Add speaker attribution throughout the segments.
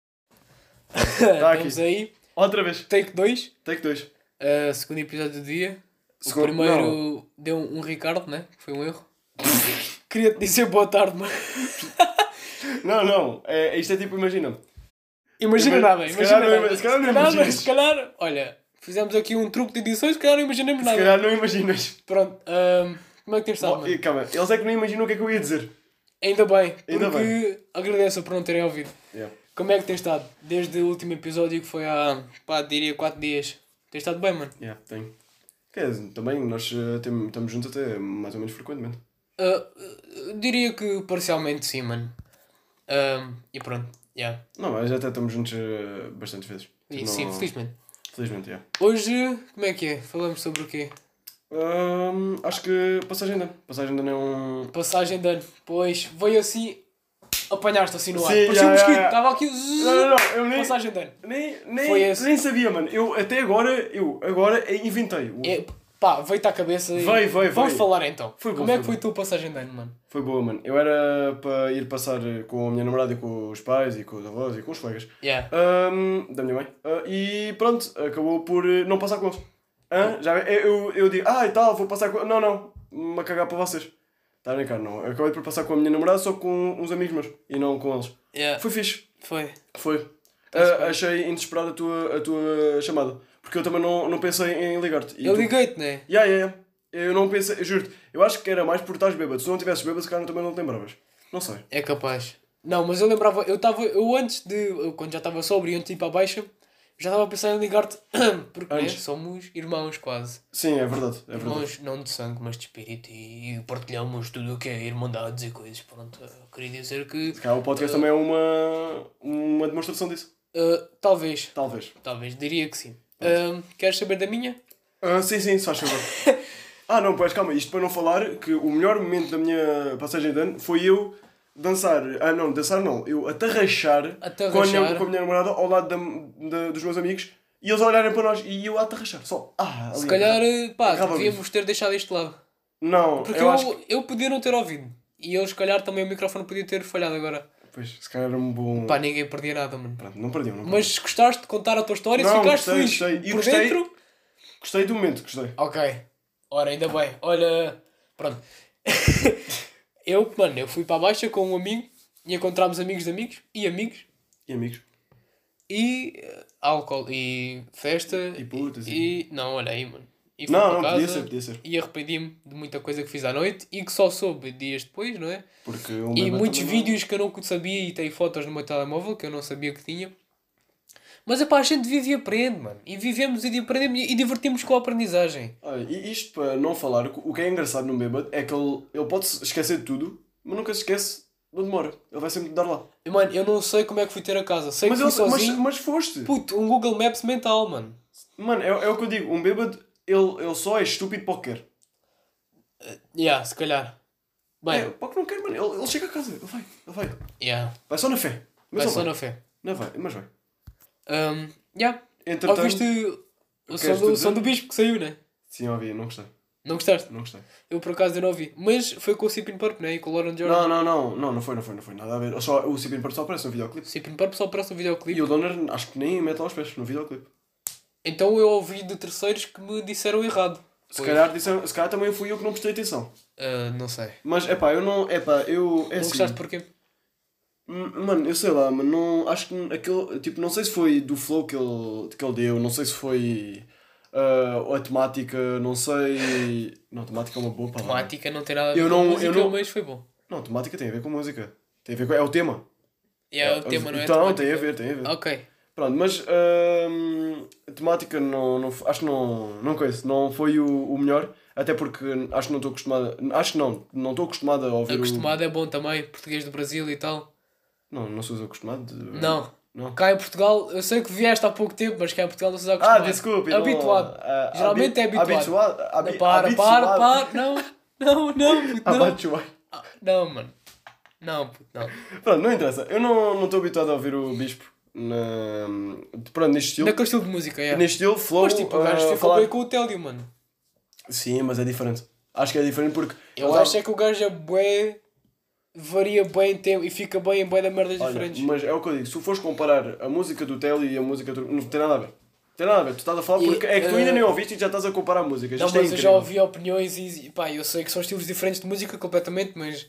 Speaker 1: Tá aqui.
Speaker 2: Estamos aí.
Speaker 1: Outra vez.
Speaker 2: Take 2.
Speaker 1: Take 2.
Speaker 2: segundo episódio do dia. O
Speaker 1: Segundo-
Speaker 2: primeiro
Speaker 1: não.
Speaker 2: deu um Ricardo, né? Que foi um erro. Queria-te dizer boa tarde, mas...
Speaker 1: Não, não. É, isto é tipo, imagina.
Speaker 2: Imagina
Speaker 1: Ima-
Speaker 2: nada,
Speaker 1: se
Speaker 2: imagina
Speaker 1: calhar não-
Speaker 2: nada.
Speaker 1: se calhar não imaginas.
Speaker 2: se calhar... Olha, fizemos aqui um truque de edições, se calhar não imaginamos
Speaker 1: Se
Speaker 2: nada.
Speaker 1: calhar não imaginas.
Speaker 2: Pronto, ahm, como é que tens estado,
Speaker 1: Bom,
Speaker 2: mano?
Speaker 1: e, calma, eles é que não imaginam o que é que eu ia dizer.
Speaker 2: Ainda bem, porque
Speaker 1: Ainda
Speaker 2: agradeço por não terem ouvido.
Speaker 1: Yeah.
Speaker 2: Como é que tens estado? Desde o último episódio que foi há, pá, diria 4 dias. Tens estado bem, mano?
Speaker 1: Yeah, tem. Quer dizer, também nós eh, tem- estamos juntos até mais ou menos frequentemente.
Speaker 2: Ah, ah, diria que parcialmente sim, mano. Ahm, e pronto, yeah.
Speaker 1: Não, mas até estamos juntos eh, bastantes vezes.
Speaker 2: E
Speaker 1: Tipo,
Speaker 2: sim,
Speaker 1: não-
Speaker 2: felizmente.
Speaker 1: Felizmente, yeah.
Speaker 2: Hoje, como é que é? Falamos sobre o quê?
Speaker 1: Ahm, acho que passagem de ano. Passagem de ano é um.
Speaker 2: Passagem de ano. Pois, veio assim, apanhaste assim no ar.
Speaker 1: Sim,
Speaker 2: Parecia
Speaker 1: yeah,
Speaker 2: um mosquito,
Speaker 1: yeah, yeah.
Speaker 2: estava aqui.
Speaker 1: Não, não, não, eu nem,
Speaker 2: Passagem de ano.
Speaker 1: nem, nem,
Speaker 2: Foi esse.
Speaker 1: nem sabia, mano. Eu até agora, eu agora eh, inventei. O-
Speaker 2: É, pá, veio-te à cabeça e.
Speaker 1: Veio, veio,
Speaker 2: Vamos
Speaker 1: veio.
Speaker 2: falar então.
Speaker 1: Foi bom,
Speaker 2: como é que
Speaker 1: foi
Speaker 2: foi a tua passagem de ano, mano?
Speaker 1: Foi boa, mano. Eu era para ir passar eh, com a minha namorada e com os pais e com os avós e com os colegas.
Speaker 2: Yeah.
Speaker 1: Ahm, da minha mãe. Ah, e pronto, acabou por eh, não passar com eles. Hã? Já, eu, eu digo, ah e tal, vou passar com. Não, não, uma cagar para vocês. Está a brincar, não. Acabei por passar com a minha namorada, só com uns amigos meus e não com eles.
Speaker 2: Yeah.
Speaker 1: Foi fixe,
Speaker 2: Foi.
Speaker 1: foi.
Speaker 2: Tá-se
Speaker 1: Ah,
Speaker 2: bem.
Speaker 1: achei inesperada a tua, a tua chamada, porque eu também não, não pensei em ligar-te. E
Speaker 2: Eu
Speaker 1: tu-
Speaker 2: liguei-te, né?
Speaker 1: Yeah, yeah, yeah. Eu não pensei, eu juro-te, eu acho que era mais por estás bêbado. Se não tivesses bêbado, se calhar também não te lembravas. Não sei.
Speaker 2: É capaz. Não, mas eu lembrava, eu estava, eu antes de, eu, quando já estava sóbrio e um antes de ir para a baixa, já estava a pensar em ligar-te, porque né,
Speaker 1: Antes.
Speaker 2: somos irmãos quase.
Speaker 1: Sim, é verdade, é verdade.
Speaker 2: Irmãos não de sangue, mas de espírito e, e partilhamos tudo o que é irmandades e coisas. Pronto, eu queria dizer que
Speaker 1: Se calhar o
Speaker 2: eh,
Speaker 1: podcast também é uma, uma demonstração disso.
Speaker 2: ah, talvez,
Speaker 1: Talvez.
Speaker 2: talvez, diria que sim. Ah, queres saber da minha?
Speaker 1: Ah, sim, sim, se faz favor. ah, não, pois calma, isto para não falar que o melhor momento da minha passagem de ano foi eu dançar. Ah, não, dançar não, eu atarrachar, Com, a minha,
Speaker 2: Atarrachar.
Speaker 1: com a minha namorada ao lado da- da- dos meus amigos e eles olharem para nós e eu a atarrachar, só. Ah, ali,
Speaker 2: Se calhar, ah, pá,
Speaker 1: Acaba
Speaker 2: devíamos ter deixado este lado.
Speaker 1: Não,
Speaker 2: Porque
Speaker 1: eu,
Speaker 2: eu,
Speaker 1: acho que.
Speaker 2: eu, podia não ter ouvido. E eles, se calhar, também o microfone podia ter falhado agora.
Speaker 1: Pois, se calhar era um bom.
Speaker 2: Pá, ninguém perdia nada, mano.
Speaker 1: Pronto, não perdiam, não
Speaker 2: Mas se gostaste de contar a tua história, se
Speaker 1: Não,
Speaker 2: ficaste
Speaker 1: gostei,
Speaker 2: feliz
Speaker 1: gostei. E
Speaker 2: por
Speaker 1: gostei.
Speaker 2: dentro.
Speaker 1: perdiam. Gostei do momento, gostei.
Speaker 2: Ok. Ora, ainda bem. Olha. Pronto. eu, mano, eu fui para a baixa com um amigo e encontramos amigos de amigos e amigos
Speaker 1: E amigos?
Speaker 2: e eh, álcool e festa
Speaker 1: E putas,
Speaker 2: e. Não, olha aí, mano. E fui
Speaker 1: Não,
Speaker 2: para
Speaker 1: não,
Speaker 2: casa
Speaker 1: podia ser, podia ser.
Speaker 2: E arrependi-me de muita coisa que fiz à noite e que só soube dias depois, não é?
Speaker 1: Porque um
Speaker 2: E
Speaker 1: bebê
Speaker 2: muitos
Speaker 1: também não-
Speaker 2: vídeos que eu não sabia e tem fotos no meu telemóvel que eu não sabia que tinha. Mas epá, a gente vive e aprende, mano. E vivemos e aprendemos e divertimos com a aprendizagem.
Speaker 1: Olha, e isto para não falar, o que é engraçado no bêbado é que ele, ele pode se esquecer de tudo, mas nunca se esquece de onde mora. Ele vai sempre dar lá.
Speaker 2: E, Mano, eu não sei como é que fui ter a casa. Sei
Speaker 1: Mas,
Speaker 2: que fui
Speaker 1: ele, mas,
Speaker 2: sozinho.
Speaker 1: mas foste.
Speaker 2: Puto, um Google Maps mental, mano.
Speaker 1: Mano, é, é o que eu digo, um bêbado, ele, ele só é estúpido para o que quer.
Speaker 2: Yeah, se calhar. Bem,
Speaker 1: É, para o que não quer, mano. Ele, ele chega a casa, ele vai, ele vai.
Speaker 2: yeah.
Speaker 1: Vai só na fé. É.
Speaker 2: Vai
Speaker 1: Mas ele
Speaker 2: só
Speaker 1: vai.
Speaker 2: na fé.
Speaker 1: Não vai, mas vai.
Speaker 2: Um, yeah.
Speaker 1: Entretanto...
Speaker 2: Ouviste o som
Speaker 1: queres
Speaker 2: do,
Speaker 1: tu
Speaker 2: o som
Speaker 1: dizer?
Speaker 2: do bispo que saiu, né?
Speaker 1: Sim, ouvi, não gostei.
Speaker 2: Não gostaste?
Speaker 1: Não gostei.
Speaker 2: Eu por acaso eu não ouvi. Mas foi com o Cipin Purp, né? E com o Lauren Jordan.
Speaker 1: Não, não, não, não, não foi, não foi, não foi. Nada a ver. Só, o Cipin Parto só aparece no um videoclipe.
Speaker 2: O Cipin Purp só aparece no videoclipe.
Speaker 1: E o Donner acho que nem mete lá os pés no videoclipe.
Speaker 2: Então eu ouvi de terceiros que me disseram errado.
Speaker 1: Se
Speaker 2: Foi-
Speaker 1: calhar, disseram- se calhar também fui eu que não prestei atenção.
Speaker 2: Ah, não sei.
Speaker 1: Mas é pá, eu não. É pá, eu. É
Speaker 2: não
Speaker 1: assim,
Speaker 2: gostaste porquê?
Speaker 1: m- Mano, eu sei lá, mas não. Acho que aquele. Tipo, não sei se foi do flow que ele, que ele deu, não sei se foi. ah, a temática, não sei. Não, temática é uma boa palavra.
Speaker 2: Temática não tem nada a ver
Speaker 1: Eu
Speaker 2: com a
Speaker 1: não- eu
Speaker 2: música,
Speaker 1: não-
Speaker 2: mas foi bom.
Speaker 1: Não, temática tem a ver com música. Tem a ver com. É o tema.
Speaker 2: E é, o tema, não é?
Speaker 1: Então,
Speaker 2: temática.
Speaker 1: tem a ver, tem a ver.
Speaker 2: Ok.
Speaker 1: Pronto, mas. ahm, a temática, não, não, f- acho que não. Não conheço, não foi o, o melhor. Até porque acho que não estou acostumado. Acho que não, não estou acostumado a ouvir. o-
Speaker 2: Acostumado é bom também, português do Brasil e tal.
Speaker 1: Não, não sou acostumado. de-
Speaker 2: Não.
Speaker 1: Hum, Não.
Speaker 2: Cá em Portugal, eu sei que vieste há pouco tempo, mas cá em Portugal não se
Speaker 1: Ah,
Speaker 2: acostumado.
Speaker 1: desculpe. não,
Speaker 2: Habituado.
Speaker 1: ah,
Speaker 2: Geralmente é
Speaker 1: habi-
Speaker 2: habituado.
Speaker 1: Habituado. habi-
Speaker 2: Não, para, para,
Speaker 1: habituado.
Speaker 2: para. Não, não, não, puto, não.
Speaker 1: Habituado.
Speaker 2: Ah, Não, mano. Não, puto, não.
Speaker 1: Pronto, não interessa. Eu não não estou habituado a ouvir o Bispo na... Pronto, neste estilo.
Speaker 2: Naquele estilo de música, é.
Speaker 1: Neste estilo, flow,
Speaker 2: Mas tipo, o gajo
Speaker 1: ah,
Speaker 2: ficou
Speaker 1: falar-
Speaker 2: bem com o Télio, mano.
Speaker 1: Sim, mas é diferente. Acho que é diferente porque...
Speaker 2: Eu
Speaker 1: eles-
Speaker 2: acho é que o gajo é bué varia bem em tempo e fica bem em bem da merdas
Speaker 1: Olha,
Speaker 2: diferentes.
Speaker 1: mas é o que eu digo, se fores comparar a música do Telly e a música do... Não tem nada a ver. Tem nada a ver, tu estás a falar
Speaker 2: E,
Speaker 1: porque é que tu
Speaker 2: eh,
Speaker 1: ainda nem ouviste e já estás a comparar músicas.
Speaker 2: Não,
Speaker 1: Isto é
Speaker 2: mas eu já
Speaker 1: incrível.
Speaker 2: ouvi opiniões e, e pá, eu sei que são estilos diferentes de música completamente, mas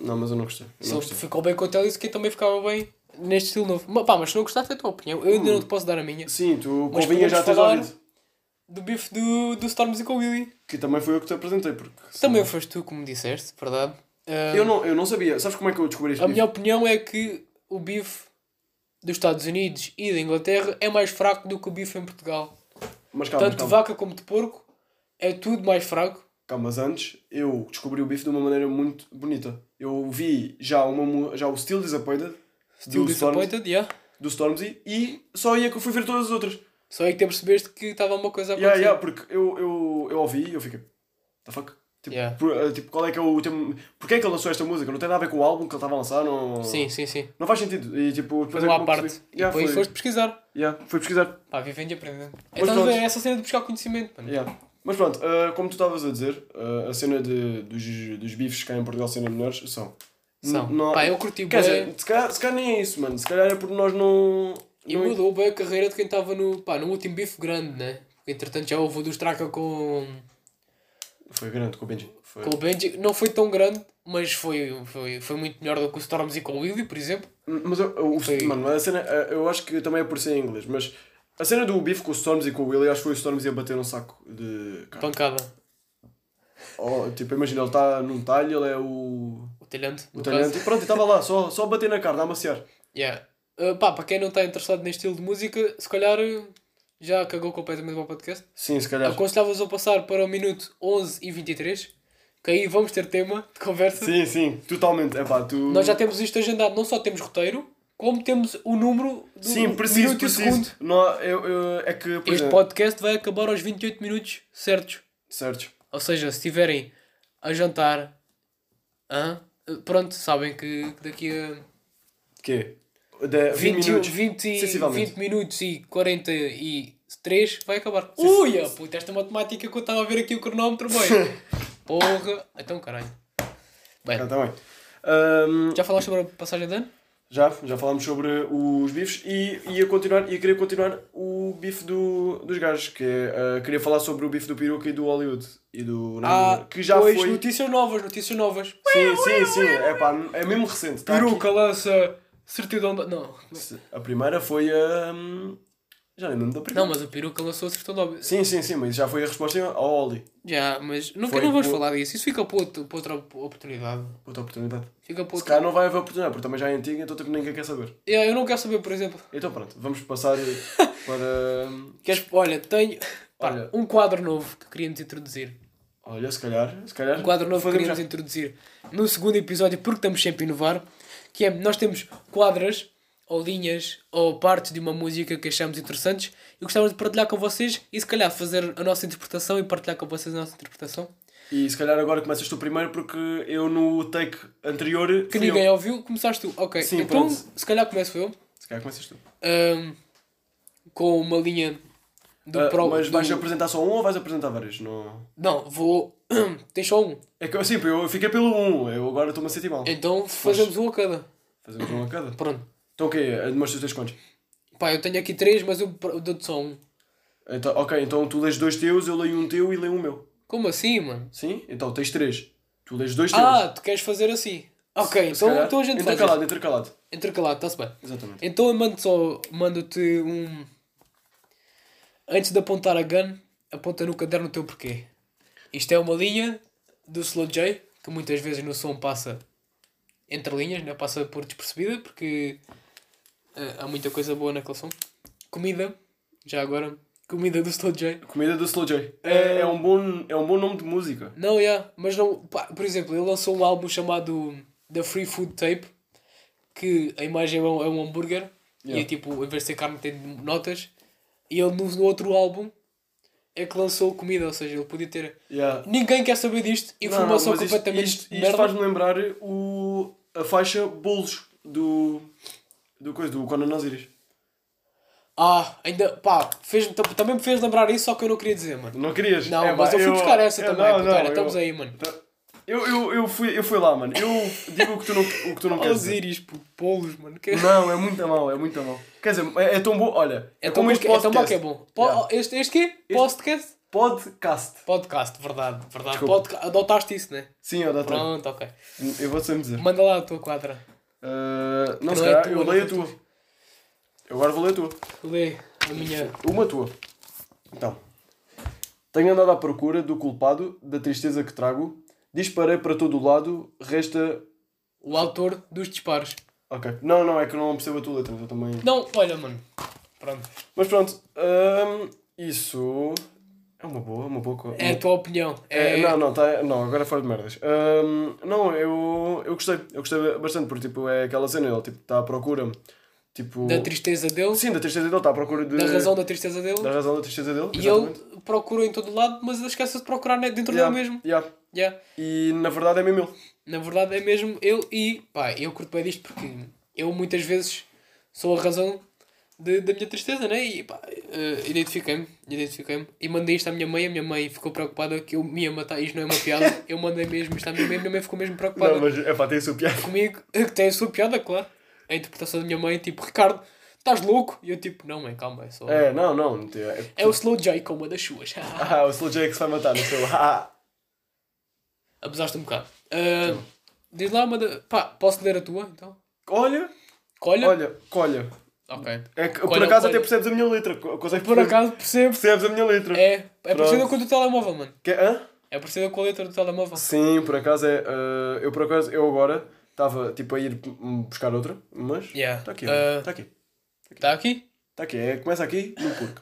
Speaker 1: Não, mas eu não gostei. Eu
Speaker 2: se
Speaker 1: não
Speaker 2: ele
Speaker 1: gostei.
Speaker 2: ficou bem com o Telly, que também ficava bem neste estilo novo. Mas, pá, mas se não gostaste é a tua opinião, eu ainda não
Speaker 1: Hum.
Speaker 2: te posso dar a minha.
Speaker 1: Sim, tu
Speaker 2: Mas
Speaker 1: convinha já
Speaker 2: podemos
Speaker 1: teres
Speaker 2: falar-
Speaker 1: ouvido.
Speaker 2: Do bife do, do Storms e com o Willy.
Speaker 1: Que também foi eu que te apresentei, porque...
Speaker 2: Também foste tu, como disseste, verdade? Ah,
Speaker 1: Eu não, eu não sabia. Sabes como é que eu descobri isto?
Speaker 2: A minha opinião é que o bife dos Estados Unidos e da Inglaterra é mais fraco do que o bife em Portugal.
Speaker 1: Tá Mas calma,
Speaker 2: Tanto de
Speaker 1: calma.
Speaker 2: vaca como de porco é tudo mais fraco.
Speaker 1: Calma, mas antes eu descobri o bife de uma maneira muito bonita. Eu vi já, uma, mu- já o Still Disappointed
Speaker 2: Still
Speaker 1: do, Storms,
Speaker 2: disappointed, yeah.
Speaker 1: do Stormzy e só aí é que eu fui ver todas as outras.
Speaker 2: Só aí que te apercebeste que estava uma coisa a acontecer.
Speaker 1: Yeah, yeah, porque eu, eu, eu ouvi e eu fiquei. The fuck? Tipo,
Speaker 2: Yeah.
Speaker 1: por- eh, tipo, qual é que é o tema. Porquê é que ele lançou esta música? Não tem nada a ver com o álbum que ele estava a lançar? Não,
Speaker 2: Sim, sim, sim.
Speaker 1: Não faz sentido. E tipo,
Speaker 2: Mas
Speaker 1: depois é
Speaker 2: uma
Speaker 1: que
Speaker 2: à
Speaker 1: eu
Speaker 2: parte.
Speaker 1: percebi.
Speaker 2: E
Speaker 1: Yeah,
Speaker 2: depois
Speaker 1: foi,
Speaker 2: foste pesquisar.
Speaker 1: yeah, fui pesquisar.
Speaker 2: Pá, vivendo e aprendendo.
Speaker 1: Mas
Speaker 2: É, estás a ver?
Speaker 1: pronto.
Speaker 2: É essa cena de buscar conhecimento, mano.
Speaker 1: Yeah. Mas pronto, eh, como tu estavas a dizer, eh, a cena de, dos, dos bifes cá em Portugal sendo menores são.
Speaker 2: São.
Speaker 1: Não-
Speaker 2: Pá, eu curti
Speaker 1: Quer
Speaker 2: bem.
Speaker 1: dizer, se calhar, se calhar nem é isso, mano. Se calhar é porque nós não.
Speaker 2: E
Speaker 1: não-
Speaker 2: mudou bem a carreira de quem estava no, pá, no último bife grande, né? Porque entretanto já houve o dos Traca com...
Speaker 1: Foi grande com o Benji. Foi.
Speaker 2: Com o Benji, não foi tão grande, mas foi, foi, foi muito melhor do que o Storms e com o Willy, por exemplo.
Speaker 1: Mas eu, eu- o-
Speaker 2: Foi.
Speaker 1: mano, mas a cena. eh, Eu acho que também é por ser em inglês, mas a cena do bife com o Storms e com o Willy, acho que foi o Storms a bater um saco de. carne.
Speaker 2: Pancada.
Speaker 1: Oh, tipo, imagina, ele está num talho, ele é o.
Speaker 2: O talhante.
Speaker 1: O
Speaker 2: no
Speaker 1: talhante.
Speaker 2: caso.
Speaker 1: E pronto, estava lá, só, só a bater na carne, a amaciar.
Speaker 2: Yeah. Uh, pá, para quem não está interessado neste estilo de música, se calhar uh, já cagou completamente para o podcast.
Speaker 1: Sim, se calhar.
Speaker 2: Aconselhava-vos a passar para o minuto 11 e 23, que aí vamos ter tema de conversa.
Speaker 1: Sim, sim, totalmente. É pá, tu.
Speaker 2: Nós já temos isto agendado, não só temos roteiro, como temos o número do
Speaker 1: Sim, preciso,
Speaker 2: minuto e
Speaker 1: preciso.
Speaker 2: segundo.
Speaker 1: Não, eu, eu- é que. por
Speaker 2: Este
Speaker 1: exemplo-
Speaker 2: podcast vai acabar aos 28 minutos certos.
Speaker 1: Certo.
Speaker 2: Ou seja, se estiverem a jantar, hã? pronto, sabem que que daqui a um,
Speaker 1: Quê? De, 20,
Speaker 2: 20,
Speaker 1: é? minutos.
Speaker 2: 20,
Speaker 1: sensivelmente.
Speaker 2: 20 minutos e 43 vai acabar. Ui, ah, puta, esta matemática que eu estava a ver aqui o cronómetro, bem. Porra, então caralho. Bem,
Speaker 1: Ah, tá bem. Ahm,
Speaker 2: já falaste sobre a passagem de ano?
Speaker 1: Já, já falámos sobre os bifes e ia continuar, ia querer continuar o bife do, dos gajos, que é, ah, queria falar sobre o bife do peruca e do Hollywood e do
Speaker 2: Ah,
Speaker 1: que já
Speaker 2: pois,
Speaker 1: foi. Tá
Speaker 2: notícias novas, notícias novas.
Speaker 1: Sim, sim, sim, é pá, é mesmo recente. tá
Speaker 2: Peruca lança certidão da... Não,
Speaker 1: aqui. A primeira foi a. hum, já nem lembro da primeira.
Speaker 2: não, mas a peruca lançou a certidão da...
Speaker 1: Sim, sim, sim, mas já foi a resposta ao Oli.
Speaker 2: Já, mas não,
Speaker 1: Foi
Speaker 2: não vamos
Speaker 1: por-
Speaker 2: falar disso. Isso fica para, outro- para outra oportunidade.
Speaker 1: Outra oportunidade.
Speaker 2: Fica para
Speaker 1: Se
Speaker 2: outra...
Speaker 1: calhar não vai haver oportunidade, porque também já é antiga, então tipo, ninguém quer saber.
Speaker 2: Yeah, eu não quero saber, por exemplo.
Speaker 1: Então pronto, vamos passar eh, para.
Speaker 2: Queres... Olha, tenho pá,
Speaker 1: Olha.
Speaker 2: um quadro novo que queríamos introduzir.
Speaker 1: Olha, se calhar, se calhar.
Speaker 2: Um quadro novo que
Speaker 1: fazemos já.
Speaker 2: queríamos introduzir no segundo episódio, porque estamos sempre a inovar. Que é, nós temos quadras, ou linhas, ou partes de uma música que achamos interessantes e gostávamos de partilhar com vocês e se calhar fazer a nossa interpretação e partilhar com vocês a nossa interpretação.
Speaker 1: E se calhar agora começas tu primeiro porque eu no take anterior.
Speaker 2: Que
Speaker 1: fui
Speaker 2: ninguém é
Speaker 1: eu.
Speaker 2: ouviu, começaste tu. Ok,
Speaker 1: Sim,
Speaker 2: então
Speaker 1: pronto.
Speaker 2: se calhar começo eu.
Speaker 1: Se calhar começas tu.
Speaker 2: Ahm, com uma linha do
Speaker 1: Ah,
Speaker 2: pro-
Speaker 1: mas
Speaker 2: do-
Speaker 1: vais apresentar só um ou vais apresentar vários? Não.
Speaker 2: Não, vou. Tem só um.
Speaker 1: É que eu sempre eu fiquei pelo um, eu agora estou-me a sentir mal.
Speaker 2: Então fazemos um a cada.
Speaker 1: Fazemos um a cada.
Speaker 2: Pronto.
Speaker 1: Então o quê? Demonstra os teus contos.
Speaker 2: Pá, eu tenho aqui três, mas eu pr- eu dou-te só um.
Speaker 1: Então, ok, então tu lês dois teus, eu leio um teu e leio um meu.
Speaker 2: Como assim, mano?
Speaker 1: Sim? Então tens três. Tu lês dois teus.
Speaker 2: Ah, tu queres fazer assim? Ok,
Speaker 1: Se
Speaker 2: então,
Speaker 1: calhar,
Speaker 2: então a gente faz.
Speaker 1: Intercalado, intercalado.
Speaker 2: Intercalado, está-se bem.
Speaker 1: Exatamente.
Speaker 2: Então eu mando só. Mando-te um. Antes de apontar a gun, aponta no caderno o teu porquê. Isto é uma linha do Slow J, que muitas vezes no som passa entre linhas, né? passa por despercebida, porque eh, há muita coisa boa naquele som. Comida, já agora, comida do Slow J.
Speaker 1: Comida do Slow J. É, é, um bom, é um bom nome de música.
Speaker 2: Não, já, mas não. pá, por exemplo, ele lançou um álbum chamado The Free Food Tape, que a imagem é um, é um hambúrguer, e é
Speaker 1: Yeah.
Speaker 2: tipo, em vez de ser carne, tem notas. E ele no, no outro álbum é que lançou comida, ou seja, ele podia ter.
Speaker 1: Yeah.
Speaker 2: Ninguém quer saber disto,
Speaker 1: Não, não,
Speaker 2: informação
Speaker 1: mas isto-
Speaker 2: completamente.
Speaker 1: Isto, isto
Speaker 2: merda.
Speaker 1: faz-me lembrar o, a faixa Bolos do. do coisa, do Conan Osiris.
Speaker 2: Ah, ainda. pá, fez também me fez lembrar isso, só que eu não queria dizer, mano.
Speaker 1: Não querias?
Speaker 2: Não,
Speaker 1: É,
Speaker 2: mas
Speaker 1: pá,
Speaker 2: eu fui buscar essa também, puta, olha, estamos
Speaker 1: eu-
Speaker 2: aí, mano.
Speaker 1: Tá- Eu, eu, eu, fui, eu fui lá, mano. Eu digo o que tu não, o que tu
Speaker 2: Oh,
Speaker 1: não queres dizer.
Speaker 2: Osiris, pô, polos, mano. que-
Speaker 1: Não, é muito mal, é muito mal. Quer dizer, é, é tão bom, olha.
Speaker 2: É tão, bom que, é tão bom que é
Speaker 1: podcast.
Speaker 2: bom. Po-
Speaker 1: Yeah.
Speaker 2: Este, este quê? Podcast?
Speaker 1: Podcast.
Speaker 2: Podcast, verdade, verdade.
Speaker 1: Desculpa.
Speaker 2: Podca adotaste isso, né?
Speaker 1: Sim, eu dou-te.
Speaker 2: Pronto, ok.
Speaker 1: Eu vou sempre dizer.
Speaker 2: Manda lá a tua quadra.
Speaker 1: Ah, não,
Speaker 2: Não
Speaker 1: se
Speaker 2: é
Speaker 1: calhar,
Speaker 2: tua,
Speaker 1: eu
Speaker 2: não
Speaker 1: leio
Speaker 2: é
Speaker 1: a tua. Eu agora vou ler a tua.
Speaker 2: Lê a minha.
Speaker 1: Uma tua. Então. Tenho andado à procura do culpado, da tristeza que trago. Disparei para todo o lado, resta.
Speaker 2: O autor dos disparos.
Speaker 1: Ok. Não, não, é que eu não percebo a tua letra, mas eu também.
Speaker 2: Não, olha, mano. Pronto.
Speaker 1: Mas pronto. hum, isso. É uma boa, uma boa. co-
Speaker 2: É a tua opinião.
Speaker 1: É,
Speaker 2: É,
Speaker 1: Não, não, tá, não, agora fora de merdas. Hum, não, eu, eu gostei. Eu gostei bastante, porque tipo, é aquela cena, ele tipo, está à procura. Tipo.
Speaker 2: Da tristeza dele,
Speaker 1: Sim, da tristeza dele, está à procura de,
Speaker 2: da razão da tristeza dele.
Speaker 1: da razão da tristeza dele.
Speaker 2: E ele procura em todo lado, mas ele esquece de procurar né, dentro
Speaker 1: Yeah,
Speaker 2: dele mesmo.
Speaker 1: yeah.
Speaker 2: Yeah.
Speaker 1: E na verdade é mesmo ele.
Speaker 2: Na verdade é mesmo eu e pá, eu curto bem disto porque eu muitas vezes sou a razão de- da minha tristeza, né? E pá, eh, identifiquei-me, identifiquei-me e mandei isto à minha mãe. A minha mãe ficou preocupada que eu me ia matar. Isto não é uma piada, eu mandei mesmo isto à minha mãe. A minha mãe ficou mesmo preocupada
Speaker 1: Não, mas é pá, tem a sua piada.
Speaker 2: comigo, eh, que tem a sua piada, claro. A interpretação da minha mãe, tipo, Ricardo, estás louco? E eu, tipo, não, mãe, calma, é só. É,
Speaker 1: É, não, não. não tem- É,
Speaker 2: o Slow J com uma das suas.
Speaker 1: ah, o Slow J que se vai matar no seu. Ah,
Speaker 2: Abusaste um bocado. Ah, diz lá uma da. Pá, posso ler a tua então?
Speaker 1: olha,
Speaker 2: Colha?
Speaker 1: olha, colha.
Speaker 2: Ok.
Speaker 1: É que, por
Speaker 2: Colha,
Speaker 1: acaso
Speaker 2: colha.
Speaker 1: até percebes a minha letra. co- Consegues
Speaker 2: Por acaso percebo.
Speaker 1: Percebes a minha letra.
Speaker 2: É, é parecida
Speaker 1: Pronto.
Speaker 2: com a do telemóvel, mano.
Speaker 1: Que, hã?
Speaker 2: É parecida com a letra do telemóvel.
Speaker 1: Sim, por acaso é. ah, eu por acaso, eu agora estava tipo a ir hum, buscar outra, mas. Está
Speaker 2: Yeah.
Speaker 1: aqui,
Speaker 2: Ah.
Speaker 1: está aqui.
Speaker 2: Está Tá aqui?
Speaker 1: Está aqui. É, começa aqui no porco.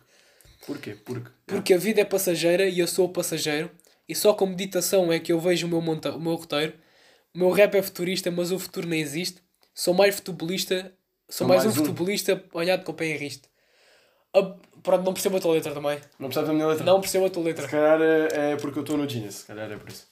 Speaker 1: Porquê? Porque.
Speaker 2: Porque a vida é passageira e eu sou o passageiro. E só com meditação é que eu vejo o meu, monta o meu roteiro. O meu rap é futurista, mas o futuro nem existe. Sou mais futebolista. Sou
Speaker 1: Sou
Speaker 2: mais,
Speaker 1: mais
Speaker 2: um,
Speaker 1: um.
Speaker 2: futebolista olhado com o pé em riste. Ah, pronto, não percebo a tua letra também.
Speaker 1: Não percebes a minha letra?
Speaker 2: Não percebo a tua letra.
Speaker 1: Se calhar é, é porque eu estou no Genius, se calhar é por isso.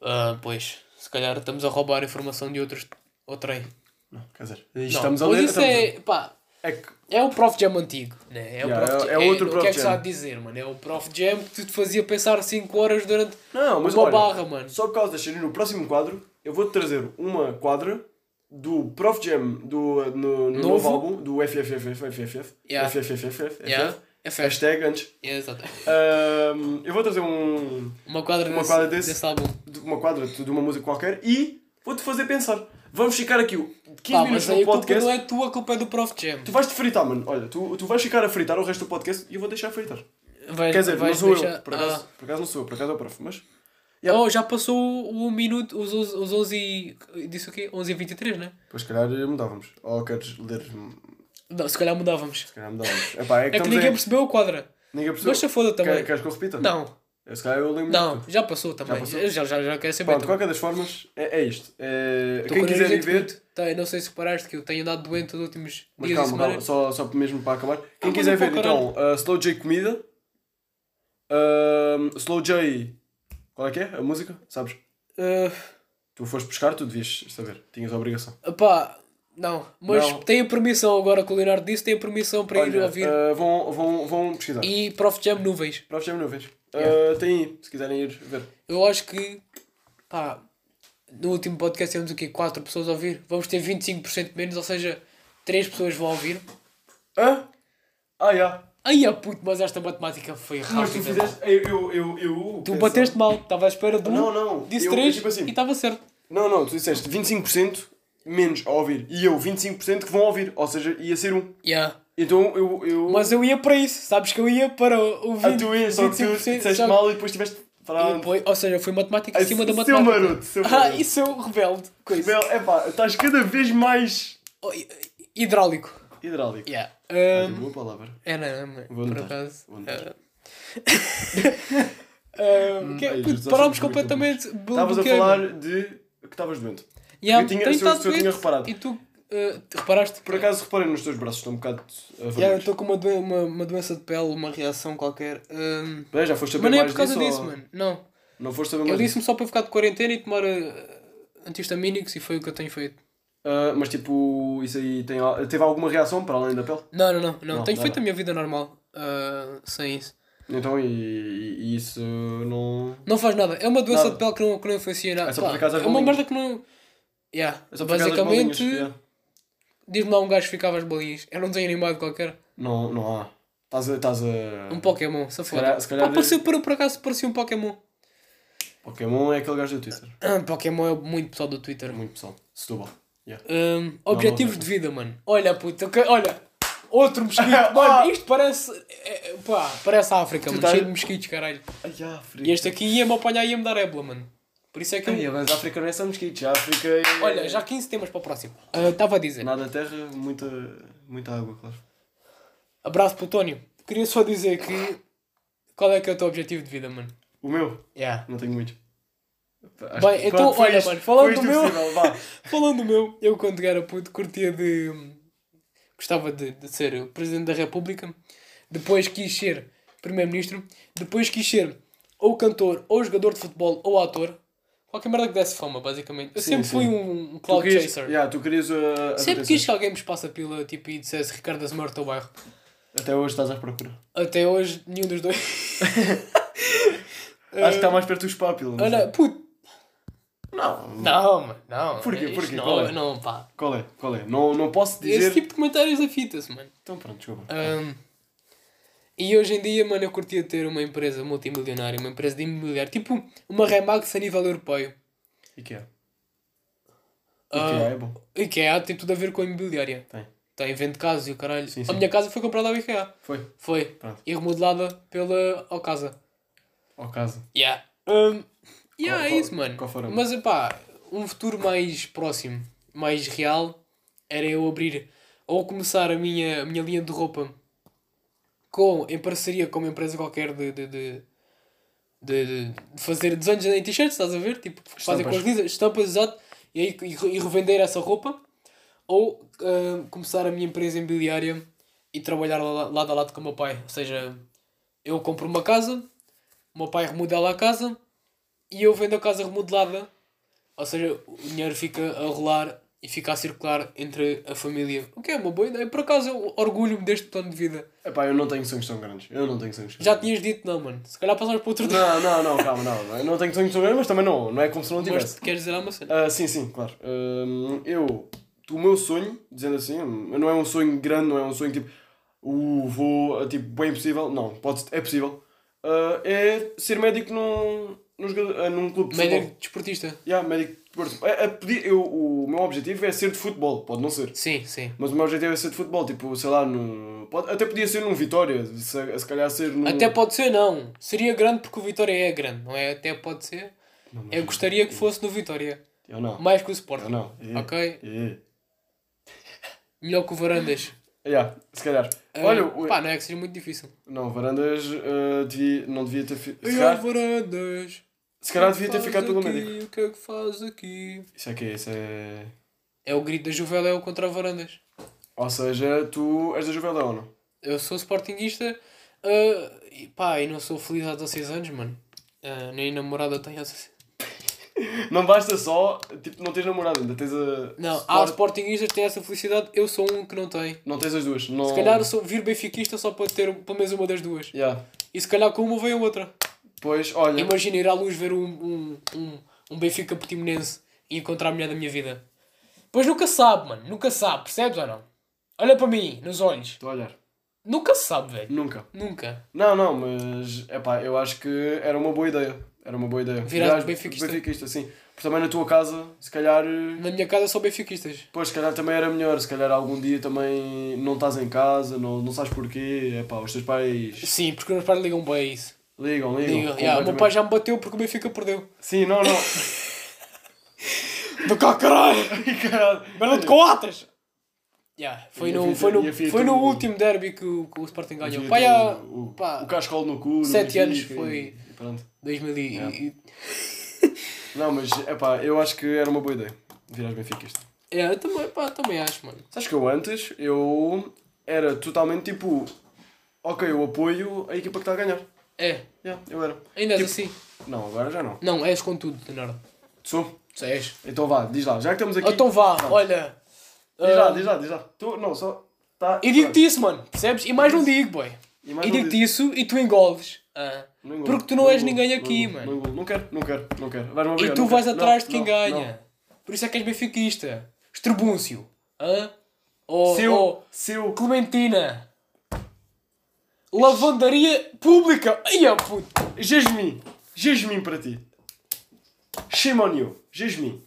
Speaker 2: Ah, pois, se calhar estamos a roubar informação de outros. Outrem.
Speaker 1: Não, quer dizer,
Speaker 2: Não,
Speaker 1: estamos a
Speaker 2: mas
Speaker 1: ler.
Speaker 2: isso
Speaker 1: estamos a-
Speaker 2: é. pá,
Speaker 1: é que
Speaker 2: é o Prof Jam antigo, né? É, o
Speaker 1: Yeah,
Speaker 2: prof
Speaker 1: é- é outro
Speaker 2: o
Speaker 1: Prof
Speaker 2: que é que se
Speaker 1: Jam.
Speaker 2: há de dizer, mano? É o Prof Jam que te fazia pensar 5 horas durante.
Speaker 1: Não, mas
Speaker 2: Uma
Speaker 1: olha,
Speaker 2: barra, mano.
Speaker 1: só por causa da Xeri, no próximo quadro, eu vou-te trazer uma quadra do Prof Jam do, no, no novo.
Speaker 2: Novo.
Speaker 1: álbum, do FFFF, FFF,
Speaker 2: Yeah.
Speaker 1: FFFF,
Speaker 2: Yeah, é festa.
Speaker 1: hashtag antes.
Speaker 2: É, exato.
Speaker 1: Ahm, eu vou trazer um,
Speaker 2: Uma quadra,
Speaker 1: Uma
Speaker 2: desse,
Speaker 1: quadra desse.
Speaker 2: desse álbum.
Speaker 1: de uma quadra de de uma música qualquer e vou-te fazer pensar. Vamos ficar aqui 15
Speaker 2: Pá,
Speaker 1: minutos
Speaker 2: mas
Speaker 1: no
Speaker 2: aí a culpa
Speaker 1: podcast.
Speaker 2: não é tua, a culpa é do Prof Jam.
Speaker 1: Tu vais-te fritar, mano. Olha, tu, tu vais ficar a fritar o resto do podcast e eu vou deixar fritar.
Speaker 2: Vai,
Speaker 1: Quer dizer, não
Speaker 2: vais
Speaker 1: sou
Speaker 2: deixar-
Speaker 1: eu. Por acaso, por acaso não sou eu, por acaso é o prof. Mas
Speaker 2: Ah. Oh, já passou o um minuto, os 11, os 11 e... Disse o quê? 11 e 23, né?
Speaker 1: depois, se calhar, eh, mudávamos. Ou queres ler? Se
Speaker 2: Não, se calhar mudávamos.
Speaker 1: calhar mudávamos. Epá, é
Speaker 2: É
Speaker 1: que,
Speaker 2: que
Speaker 1: estamos
Speaker 2: ninguém
Speaker 1: em-
Speaker 2: percebeu a quadra.
Speaker 1: Ninguém percebeu.
Speaker 2: Mas se foda também.
Speaker 1: Quer- Queres que eu repita?
Speaker 2: Não,
Speaker 1: Eu, se calhar eu lembro.
Speaker 2: não, já passou também. Já,
Speaker 1: Já passou?
Speaker 2: já, já, quero saber.
Speaker 1: Pronto, de
Speaker 2: também.
Speaker 1: qualquer das formas, é, é isto. É,
Speaker 2: Estou
Speaker 1: quem
Speaker 2: com a
Speaker 1: quiser ir
Speaker 2: nariz
Speaker 1: ver.
Speaker 2: entupido. Tá, eu não sei se reparaste que eu tenho andado doente nos últimos
Speaker 1: Mas
Speaker 2: dias
Speaker 1: calma,
Speaker 2: e semana.
Speaker 1: calma, só, só mesmo para acabar. Quem
Speaker 2: mas
Speaker 1: quiser
Speaker 2: é para
Speaker 1: ver,
Speaker 2: o
Speaker 1: então, uh, Slow J Comida. Ahm, Slow J. Qual é que é? A música? Sabes? Tu foste pescar, tu devias saber. Tinhas a obrigação.
Speaker 2: Ah, pá, não. Mas
Speaker 1: Não.
Speaker 2: tem a permissão agora que o Leonardo disse, tem a permissão para ir
Speaker 1: Olha,
Speaker 2: ouvir.
Speaker 1: ah, vão, vão, vão pesquisar.
Speaker 2: E Prof Jam nuvens.
Speaker 1: Para os nuvens.
Speaker 2: Yeah.
Speaker 1: Ah, tem aí, se quiserem ir ver.
Speaker 2: Eu acho que, pá, no último podcast temos o quê? 4 pessoas a ouvir. Vamos ter 25% menos, ou seja, 3 pessoas vão ouvir.
Speaker 1: Hã? Ah, já.
Speaker 2: Ai, a puto, mas esta matemática foi
Speaker 1: Mas é tu
Speaker 2: rápida.
Speaker 1: fizeste. Eu. eu, eu, eu
Speaker 2: Tu
Speaker 1: pensava-
Speaker 2: bateste mal, estava à espera de um,
Speaker 1: Não, não.
Speaker 2: disse
Speaker 1: Eu- eu,
Speaker 2: 3
Speaker 1: tipo assim,
Speaker 2: e estava certo.
Speaker 1: Não, não, tu disseste 25% menos a ouvir e eu 25% que vão ouvir, ou seja, ia ser um.
Speaker 2: Yeah.
Speaker 1: Então eu. eu
Speaker 2: Mas eu ia para isso, sabes que eu ia para o o 20,
Speaker 1: a tu ias, só que tu
Speaker 2: 25%,
Speaker 1: disseste
Speaker 2: sabe?
Speaker 1: mal e depois tiveste.
Speaker 2: E
Speaker 1: Pronto.
Speaker 2: depois- ou seja, foi matemática
Speaker 1: Ah,
Speaker 2: em cima da
Speaker 1: seu
Speaker 2: matemática.
Speaker 1: maroto, seu
Speaker 2: Ah,
Speaker 1: maroto.
Speaker 2: e seu rebelde. Coisa.
Speaker 1: Bel, epá, estás cada vez mais.
Speaker 2: Oh, hi- Hidráulico.
Speaker 1: Hidráulico.
Speaker 2: Yeah.
Speaker 1: Ah,
Speaker 2: Um,
Speaker 1: boa palavra.
Speaker 2: é, não, não,
Speaker 1: Vou
Speaker 2: por
Speaker 1: anotar,
Speaker 2: acaso.
Speaker 1: vou anotar.
Speaker 2: Ah, um, que-
Speaker 1: Hum, Ai,
Speaker 2: puto,
Speaker 1: Jesus,
Speaker 2: parámos
Speaker 1: acho muito
Speaker 2: completamente do-
Speaker 1: Estavas
Speaker 2: do
Speaker 1: a
Speaker 2: que era.
Speaker 1: falar de que estavas doente.
Speaker 2: Yeah,
Speaker 1: eu tinha-
Speaker 2: tenho
Speaker 1: se eu-
Speaker 2: estado
Speaker 1: se eu tinha
Speaker 2: doente.
Speaker 1: reparado.
Speaker 2: E tu ah, te reparaste?
Speaker 1: Por acaso reparei nos teus braços, estão um bocado uh, vermelhos.
Speaker 2: Yeah, eu estou com uma, doen- uma, uma doença de pele, uma reação qualquer. Um,
Speaker 1: Bem, já foste saber
Speaker 2: mas não é
Speaker 1: mais
Speaker 2: por causa
Speaker 1: disso,
Speaker 2: disso,
Speaker 1: ou-
Speaker 2: mano. Não.
Speaker 1: Não foste saber
Speaker 2: Eu
Speaker 1: mais disso.
Speaker 2: disse-me só para eu ficar de quarentena e tomar ah, antihistamínicos e foi o que eu tenho feito.
Speaker 1: Ah, mas tipo, isso aí tem, teve alguma reação para além da pele?
Speaker 2: Não, não, não. não.
Speaker 1: Não,
Speaker 2: Tenho
Speaker 1: não,
Speaker 2: feito a
Speaker 1: não.
Speaker 2: minha vida normal ah, sem isso.
Speaker 1: Então, e, e- e isso não.
Speaker 2: Não faz nada. É uma doença
Speaker 1: Nada.
Speaker 2: de pele que não, que não influencia nada.
Speaker 1: É só
Speaker 2: Pá,
Speaker 1: por acaso as
Speaker 2: é uma
Speaker 1: bolinhas.
Speaker 2: merda que não. Yeah.
Speaker 1: É só por causa das
Speaker 2: Basicamente,
Speaker 1: bolinhas, yeah.
Speaker 2: diz-me lá um gajo que ficava as bolinhas. Era um desenho animado qualquer.
Speaker 1: Não, não há. Estás a. Estás a...
Speaker 2: Um Pokémon, se
Speaker 1: calhar-
Speaker 2: foda.
Speaker 1: se calhar-
Speaker 2: Pá, pareceu, por, por acaso parecia um Pokémon.
Speaker 1: Pokémon é aquele gajo do Twitter. É
Speaker 2: Ah, Pokémon é muito pessoal do Twitter.
Speaker 1: Muito pessoal. Setúbal. Yeah.
Speaker 2: Hum, objetivos
Speaker 1: não,
Speaker 2: de vida, mano. Olha, puto, ok, olha. Outro mosquito, mano. Isto parece. é, é, pá, parece a África, mano.
Speaker 1: estás-
Speaker 2: Cheio de mosquitos, caralho.
Speaker 1: Ai, África.
Speaker 2: E este aqui ia-me apanhar e ia-me dar ébola, mano. Por isso é que eu.
Speaker 1: Ai, mas a África não é só mosquitos. A África é.
Speaker 2: Olha, já 15 temas para o próximo. Ah, Estava a dizer.
Speaker 1: Nada terra, muita, muita água, claro.
Speaker 2: Abraço para o Tónio. Queria só dizer que. Qual é que é o teu objetivo de vida, mano?
Speaker 1: O meu?
Speaker 2: Yeah.
Speaker 1: Não tenho muito.
Speaker 2: Bem, então, olha, mano, falando do meu-
Speaker 1: meu.
Speaker 2: Falando do meu, eu quando era puto curtia de. Gostava de, de ser o Presidente da República. Depois quis ser Primeiro-Ministro. Depois quis ser ou cantor, ou jogador de futebol, ou ator. Qualquer merda que desse fama, basicamente. Eu
Speaker 1: Sim,
Speaker 2: sempre
Speaker 1: sim.
Speaker 2: fui um, um
Speaker 1: Tu
Speaker 2: cloud
Speaker 1: querias,
Speaker 2: chaser.
Speaker 1: yeah, tu querias uh,
Speaker 2: Sempre
Speaker 1: a proteção.
Speaker 2: quis que alguém me espasse a pila tipo, e dissesse Ricardo Azemar, teu bairro.
Speaker 1: Até hoje estás à procura.
Speaker 2: Até hoje, nenhum dos dois.
Speaker 1: Acho que está mais perto do espápilo. não
Speaker 2: Eh, Olha,
Speaker 1: sei.
Speaker 2: puto,
Speaker 1: Não.
Speaker 2: Não, mano, não.
Speaker 1: Porquê?
Speaker 2: Isto
Speaker 1: Porquê? Qual
Speaker 2: Não,
Speaker 1: é?
Speaker 2: não, pá.
Speaker 1: Qual é? Qual é? Não, não posso dizer.
Speaker 2: Esse tipo de comentários afitas, mano.
Speaker 1: Então pronto, desculpa.
Speaker 2: Ahm, e hoje em dia, mano, eu curtia ter uma empresa multimilionária, uma empresa de imobiliário, tipo uma Remax a nível europeu.
Speaker 1: IKEA. IKEA
Speaker 2: Ah,
Speaker 1: é bom.
Speaker 2: IKEA tem tudo a ver com a imobiliária. Tá
Speaker 1: Tem.
Speaker 2: Tem, vende casas e o caralho.
Speaker 1: Sim,
Speaker 2: A
Speaker 1: sim.
Speaker 2: minha casa foi comprada ao IKEA.
Speaker 1: Foi.
Speaker 2: Foi.
Speaker 1: Pronto.
Speaker 2: E remodelada pela ao casa.
Speaker 1: Ao caso.
Speaker 2: Yeah. Um, yeah,
Speaker 1: Qual-
Speaker 2: é
Speaker 1: qual-
Speaker 2: isso, mano.
Speaker 1: qual foram?
Speaker 2: Mas pá, um futuro mais próximo, mais real, era eu abrir ou começar a minha, a minha linha de roupa com, em parceria com uma empresa qualquer de, de, de, de- de fazer desenhos em t-shirts, estás a ver? Tipo, fazer com
Speaker 1: Estampas.
Speaker 2: as lisas, estampas, exato, e, aí, e, re- e revender essa roupa. Ou ah, começar a minha empresa imobiliária e trabalhar la- lado a lado com o meu pai. Ou seja, eu compro uma casa, o meu pai remodela a casa e eu vendo a casa remodelada. Ou seja, o dinheiro fica a rolar e fica a circular entre a família. O que é uma boa ideia. Por acaso eu orgulho-me deste plano de vida.
Speaker 1: Epá, eu não tenho sonhos tão grandes. Eu não tenho sonhos tão
Speaker 2: Já
Speaker 1: grandes.
Speaker 2: tinhas dito não, mano. Se calhar passamos para outro tema.
Speaker 1: Não, não, não, calma, não. não. Eu não tenho sonhos tão grandes, mas também não. Não é como se não tivesse.
Speaker 2: Mas queres dizer alguma cena?
Speaker 1: Ah, sim, sim, claro. Hum, eu, o meu sonho, dizendo assim, não é um sonho grande, não é um sonho tipo, uh, vou, ah, tipo, bem possível, não, pode, é possível, Ah, é ser médico num, num, jogador- ah, num clube de
Speaker 2: Médico
Speaker 1: futebol.
Speaker 2: desportista.
Speaker 1: Yeah, médico de Porto. É- é pedir- eu, o meu objetivo é ser de futebol, pode não ser.
Speaker 2: Sim, sim.
Speaker 1: Mas o meu objetivo é ser de futebol, tipo, sei lá, num, pode, até podia ser num Vitória, se, se calhar ser num...
Speaker 2: Até pode ser, não. Seria grande porque o Vitória é grande, não é? Até pode ser.
Speaker 1: Não, mas-
Speaker 2: Eu gostaria que fosse no Vitória.
Speaker 1: Eu não,
Speaker 2: Mais que o Sporting.
Speaker 1: eu não. É,
Speaker 2: Ok?
Speaker 1: é.
Speaker 2: Melhor que o Varandas.
Speaker 1: Yeah, se calhar.
Speaker 2: Ah,
Speaker 1: Olha, o-
Speaker 2: pá, não é que seja muito difícil.
Speaker 1: Não, Varandas eh, devia- não devia ter. Fi... Se,
Speaker 2: Ei,
Speaker 1: calhar,
Speaker 2: Varandas.
Speaker 1: se calhar devia
Speaker 2: que
Speaker 1: ter
Speaker 2: faz
Speaker 1: ficado pelo
Speaker 2: aqui?
Speaker 1: médico.
Speaker 2: O que é que faz aqui?
Speaker 1: Isso é que é, isso é.
Speaker 2: É o grito da Juvela, é o contra Varandas.
Speaker 1: Ou seja, tu és da Juventude ou não?
Speaker 2: Eu sou sportinguista ah, e pá, e não sou feliz há 16 anos, mano. Ah, nem namorada tenho há 16
Speaker 1: Não basta só, tipo, não tens namorado ainda, tens a.
Speaker 2: Não, há
Speaker 1: Sport-
Speaker 2: sportinguistas que têm essa felicidade, eu sou um que não tem.
Speaker 1: Não tens as duas. Não...
Speaker 2: Se calhar sou vir benfiquista só para ter pelo menos uma das duas.
Speaker 1: Yeah.
Speaker 2: E se calhar com uma veio outra.
Speaker 1: Pois, olha.
Speaker 2: Imagina ir à luz ver um, um, um, um Benfica Portimonense e encontrar a mulher da minha vida. Pois nunca sabe, mano. Nunca sabe, percebes ou não? Olha para mim, nos olhos.
Speaker 1: Estou a olhar.
Speaker 2: Nunca se sabe, velho.
Speaker 1: Nunca.
Speaker 2: Nunca.
Speaker 1: Não, não, mas. É pá, eu acho que era uma boa ideia. Era uma boa ideia.
Speaker 2: Virares benfiquista.
Speaker 1: benfiquista, sim. Porque também na tua casa, se calhar. eh,
Speaker 2: Na minha casa só benfiquistas.
Speaker 1: Pois, se calhar também era melhor. Se calhar algum dia também não estás em casa, não, não sabes porquê. É pá, os teus pais.
Speaker 2: Sim, porque os meus pais ligam bem a isso.
Speaker 1: Ligam, ligam.
Speaker 2: Ligam. Yeah, o meu
Speaker 1: completamente.
Speaker 2: pai já me bateu porque o Benfica perdeu.
Speaker 1: Sim, não, não.
Speaker 2: Do cá, caralho!
Speaker 1: Caralho.
Speaker 2: Merda de coatas! Yeah, foi,
Speaker 1: E a
Speaker 2: no,
Speaker 1: vida-
Speaker 2: foi
Speaker 1: e a
Speaker 2: no,
Speaker 1: vida
Speaker 2: foi no
Speaker 1: do-
Speaker 2: último derby que o, que o Sporting ganhou.
Speaker 1: Devia
Speaker 2: Pai,
Speaker 1: ter
Speaker 2: há
Speaker 1: o, o,
Speaker 2: pá.
Speaker 1: o cascol no cu. no
Speaker 2: Sete anos
Speaker 1: Benfica e-
Speaker 2: foi-
Speaker 1: e pronto.
Speaker 2: 2000 e-
Speaker 1: Yeah.
Speaker 2: e-
Speaker 1: Não, mas, é pá, eu acho que era uma boa ideia. Virar Benfica isto.
Speaker 2: Yeah, eu também, pá, também acho, mano.
Speaker 1: Sabes que eu antes, eu era totalmente tipo... Ok, eu apoio a equipa que está a ganhar.
Speaker 2: É,
Speaker 1: Yeah, eu era.
Speaker 2: ainda és
Speaker 1: Tipo-
Speaker 2: assim.
Speaker 1: Não, agora já não.
Speaker 2: Não, és com tudo, Leonardo.
Speaker 1: Sou.
Speaker 2: Só és.
Speaker 1: Então vá, diz lá. Já que estamos aqui...
Speaker 2: Então vá,
Speaker 1: Pronto.
Speaker 2: olha.
Speaker 1: Diz lá,
Speaker 2: ah,
Speaker 1: diz lá, diz lá. Tu, não, só... Tá,
Speaker 2: E digo-te isso, mano. Percebes? E mais não digo, boy.
Speaker 1: E mais
Speaker 2: E
Speaker 1: não
Speaker 2: digo-te
Speaker 1: diz.
Speaker 2: isso e tu engoles. Ah.
Speaker 1: Não engolo,
Speaker 2: porque tu não
Speaker 1: não
Speaker 2: és
Speaker 1: engolo,
Speaker 2: ninguém
Speaker 1: não
Speaker 2: aqui,
Speaker 1: engolo,
Speaker 2: mano.
Speaker 1: Não, engolo. não quero, não quero, não quero. Vais-me
Speaker 2: E
Speaker 1: obrigar,
Speaker 2: tu
Speaker 1: não
Speaker 2: vais
Speaker 1: quero.
Speaker 2: atrás
Speaker 1: Não,
Speaker 2: de quem
Speaker 1: não,
Speaker 2: ganha. Por isso é que és benfiquista. Estrobúncio. Hã?
Speaker 1: não.
Speaker 2: Ou,
Speaker 1: Se eu,
Speaker 2: ou
Speaker 1: se eu,
Speaker 2: Clementina. Lavandaria pública. Ai, ó puto.
Speaker 1: Jasmine, Jasmine para ti. Shame on you, Jasmine.